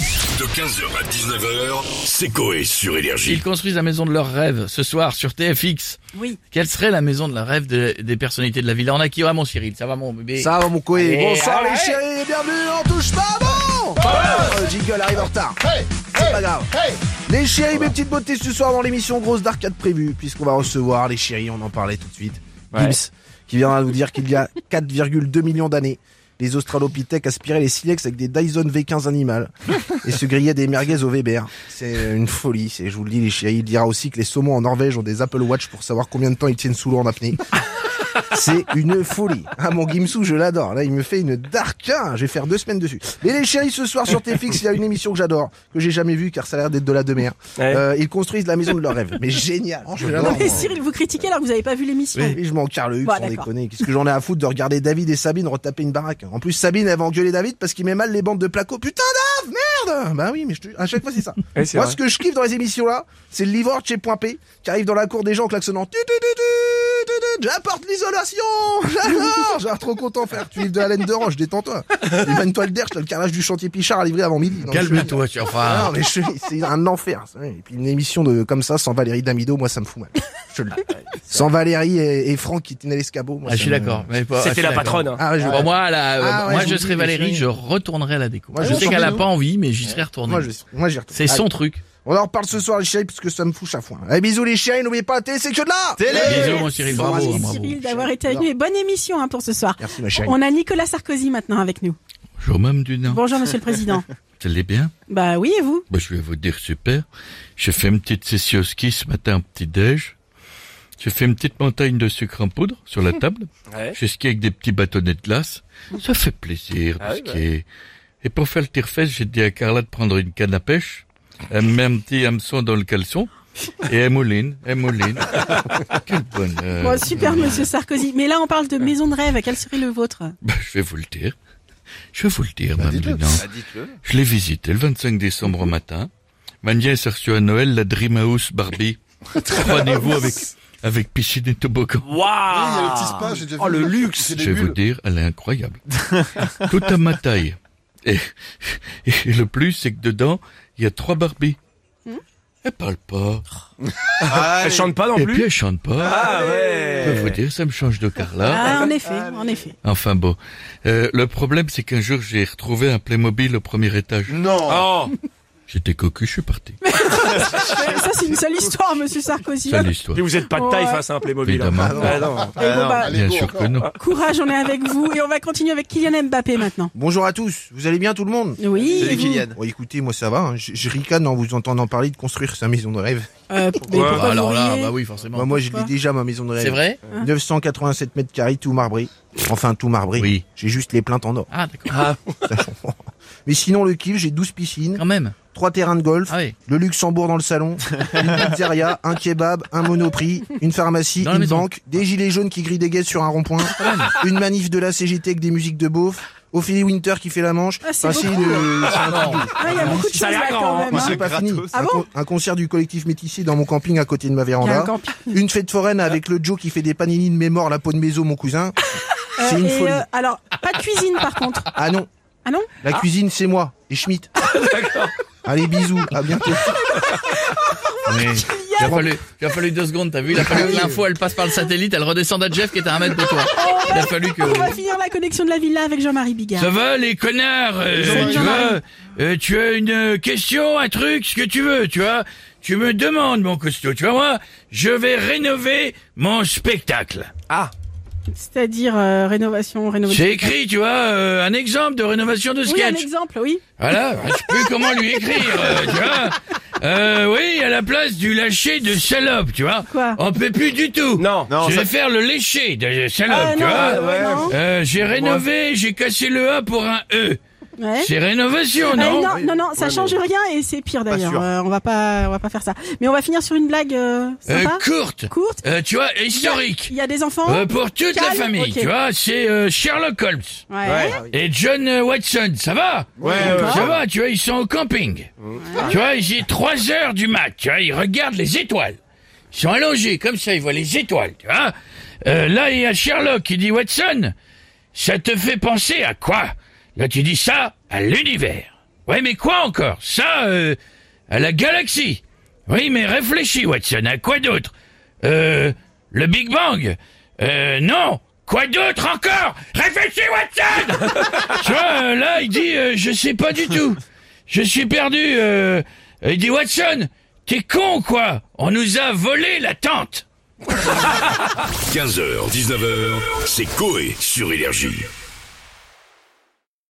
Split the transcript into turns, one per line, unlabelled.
De 15h à 19h, c'est Coé sur Énergie.
Ils construisent la maison de leurs rêves ce soir sur TFX.
Oui.
Quelle serait la maison de la rêve de- des personnalités de la ville On a qui va mon Cyril Ça va mon bébé
Ça va mon couille
Allez,
Bonsoir
allez.
les chéris, bienvenue, on touche pas bon Le jingle arrive en retard. C'est pas grave. Les chéris, mes petites beautés ce soir dans l'émission Grosse d'Arcade prévue, puisqu'on va recevoir les chéris, on en parlait tout de suite. Gibbs, qui viendra nous dire qu'il y a 4,2 millions d'années, les Australopithèques aspiraient les silex avec des Dyson V15 animales et se grillaient des merguez au Weber. C'est une folie, c'est, je vous le dis les chéris. Il dira aussi que les saumons en Norvège ont des Apple Watch pour savoir combien de temps ils tiennent sous l'eau en apnée. C'est une folie. Ah, mon Gimsou, je l'adore. Là, il me fait une darkin. Je vais faire deux semaines dessus. Mais les chéris, ce soir sur TFX, il y a une émission que j'adore, que j'ai jamais vue, car ça a l'air d'être de la de mer. Euh, ils construisent la maison de leur rêve. Mais génial. Je l'adore,
Mais
moi.
Cyril, vous critiquez alors que vous n'avez pas vu l'émission.
Oui, je m'en carle le
Bon,
sans
d'accord.
déconner. Qu'est-ce que j'en ai à foutre de regarder David et Sabine retaper une baraque En plus, Sabine, elle va engueuler David parce qu'il met mal les bandes de placo. Putain, Dave, merde Bah oui, mais je te- à chaque fois, c'est ça.
Ouais, Eh, c'est
Moi,
vrai.
ce que je kiffe dans les émissions là, c'est le livreur de chez Point P qui arrive dans la cour des gens en klaxonnant. Tu, tu, tu, tu, tu, tu, J'apporte l'isolation J'adore Genre, trop content, frère. Tu livres de la laine de roche, détends-toi. Une toile d'air, t'as le carrelage du chantier Pichard à livrer avant midi. Non, je-
Calme-toi, tu
ah
enfin.
non, mais je- c'est un enfer. ça. Et puis une émission de comme ça sans Valérie Damido, moi ça me fout mal. Je le dis. Sans Valérie et, et Franck qui tenaient l'escabeau. moi,
Ah, je
ça
suis
me-
d'accord. mais pas- je suis
C'était la
d'accord.
patronne. hein.
Ah, ouais, je-
Bon, moi, là, euh,
Ah ouais,
moi
je
je
vous
serais
dis,
Valérie,
je-
je retournerais à la déco.
Moi,
je
je
sais
sors
qu'elle a
de
pas envie, mais j'y serais retourné.
moi, Ah, je- moi, j'y retourne.
C'est son
Allez,
truc.
On en reparle ce soir les chéris parce que ça me fout chafouin. Allez, bisous les chéris, n'oubliez pas la télé, c'est que de là.
Bisous mon Cyril, bravo.
Merci,
bravo.
Cyril d'avoir été avec nous. Et bonne émission hein, pour ce soir.
Merci ma chérie.
On a Nicolas Sarkozy maintenant avec nous.
Bonjour même du nom.
Bonjour Monsieur le Président.
Ça allez bien
Bah oui et vous
Bah, je vais vous dire super. J'ai fait une petite session au ski ce matin, un petit déj. J'ai fait une petite montagne de sucre en poudre sur la table.
Ouais.
J'ai skié avec des petits bâtonnets de glace. Ça fait plaisir de
Ah oui, bah.
skier. Et pour faire le tir-fesse, j'ai dit à Carla de prendre une canne à pêche. Elle me met un petit hameçon dans le caleçon. Et elle mouline, elle mouline. Quel bonheur.
Bon, Super Monsieur Sarkozy. Mais là on parle de maison de rêve. Quel serait le vôtre
Bah, je vais vous le dire. Je vais vous le dire,
Bah,
Mme
dites-le.
Dunant. Je l'ai visité le 25 décembre au matin. Ma nièce a reçu à Noël la Dream House Barbie. Trois niveaux avec, avec piscine et toboggan.
Oui, il y a le petit
Waouh
spa, j'ai déjà
Oh,
vu.
le luxe.
C'est des
Je vais vous
bulles.
dire, elle est incroyable. Tout à ma taille. Et, et le plus, c'est que dedans, il y a trois Barbies. Elle parle pas.
Ah,
Elle
oui.
chante pas non
et puis
plus
elle chante pas.
Ah
Je peux vous
ouais
dire, ça me change de Carla.
Ah en effet, en effet.
Enfin bon. Euh, le problème, c'est qu'un jour, j'ai retrouvé un Playmobil au premier étage.
Ah,
Non.
Oh
J'étais cocu, je suis parti.
Ça c'est une seule histoire Monsieur Sarkozy.
C'est l'histoire.
Mais vous êtes pas de taille
Ouais.
face à un Playmobil. hein.
Évidemment.
Ah non.
Et bon, bah,
allez.
Bien
go,
sûr
encore.
que non.
courage, on est avec vous et on va continuer avec Kylian Mbappé maintenant.
Bonjour à tous. Vous allez bien tout le monde
Oui. et vous euh,
Bon, écoutez, moi ça va. hein. Je, je ricane en vous entendant parler de construire sa maison de rêve.
Euh, mais pourquoi vous
alors là,
riez
bah oui, forcément.
Bah, moi, je l'ai
pourquoi
déjà ma maison de rêve.
c'est vrai
Hein
987 mètres carrés, tout marbré. Enfin, tout marbré.
Oui.
J'ai juste les plaintes en or.
Ah, d'accord.
Mais sinon, le kiff, j'ai 12 piscines,
Quand même.
3 terrains de golf,
Ah oui.
le Luxembourg dans le salon, une pizzeria, un kebab, un monoprix, une pharmacie,
Dans la
une
maison.
banque, des gilets jaunes qui grillent des guettes sur un rond-point, une manif de la CGT avec des musiques de beauf, Ophélie Winter qui fait la manche,
Ah, c'est
Enfin,
beaucoup.
une- c'est un truc
non.
de-
Ah, Il y a beaucoup de choses
Ça a l'air
là
grand,
quand
hein.
même. hein.
c'est pas fini.
Ah
un,
bon
con- un concert du collectif métissé dans mon camping à côté de ma
Il y a un
véranda.
camping.
Une fête foraine avec le Joe qui fait des panini de mémoire, la peau de méso, mon cousin. C'est
Euh,
une
et,
folie.
euh, alors, pas de cuisine par contre.
Ah non,
Ah non
la cuisine c'est moi et Schmitt.
D'accord.
Allez bisous, à bientôt.
Oui. Il a fallu, il a fallu deux secondes, t'as vu? Il a fallu que l'info, elle passe par le satellite, elle redescende à Jeff qui était à un mètre de toi. Il a fallu que...
On va finir la connexion de la villa avec Jean-Marie Bigard.
Ça va, les connards? euh,
Salut,
tu
Jean-Marie.
vois? euh, tu as une euh, question, un truc, ce que tu veux, tu vois? Tu me demandes, mon costaud, tu vois, moi, je vais rénover mon spectacle.
Ah
C'est-à-dire euh, rénovation, rénovation.
C'est écrit, tu vois, euh, un exemple de rénovation de
Oui, un
sketch.
exemple, oui.
Voilà, je sais plus comment lui écrire, euh, tu vois. Euh, oui, à la place du lâcher de salope, tu vois.
Quoi
On peut plus du tout.
Non
Non,
je
ça-
vais faire le lécher de salope,
Ah,
tu
non,
vois.
ouais, non.
Euh, j'ai rénové, j'ai cassé le A pour un E.
Ouais.
C'est rénovation,
Eh,
non
non, non, non, ça change rien et c'est pire d'ailleurs.
sûr.
Euh, on va pas, on va pas faire ça. Mais on va finir sur une blague euh,
Euh,
sympa,
courte.
courte.
Euh, tu vois, historique.
Il y a des enfants.
Euh, pour toute la
Calme,
famille,
ok.
tu vois, c'est euh, Sherlock Holmes
Ouais.
et John euh, Watson, ça va
Ouais, euh,
D'accord.
Ça va, tu vois, ils sont au camping. Tu vois, il est 3 heures du mat, tu vois, ils regardent les étoiles. Ils sont allongés, comme ça, ils voient les étoiles, tu vois. Euh, là, il y a Sherlock qui dit, Watson, ça te fait penser à quoi Là, tu dis ça, à l'univers. Ouais, mais quoi encore Ça, euh, à la galaxie. Oui, mais réfléchis, Watson, à quoi d'autre Euh, le Big Bang Euh, non Quoi d'autre encore Réfléchis, Watson Tu vois, euh, là, il dit, euh, je sais pas du tout. Je suis perdu. euh. Il dit, Watson, t'es con, ou quoi On nous a volé la tente
15h, 19h, c'est Coé sur Énergie.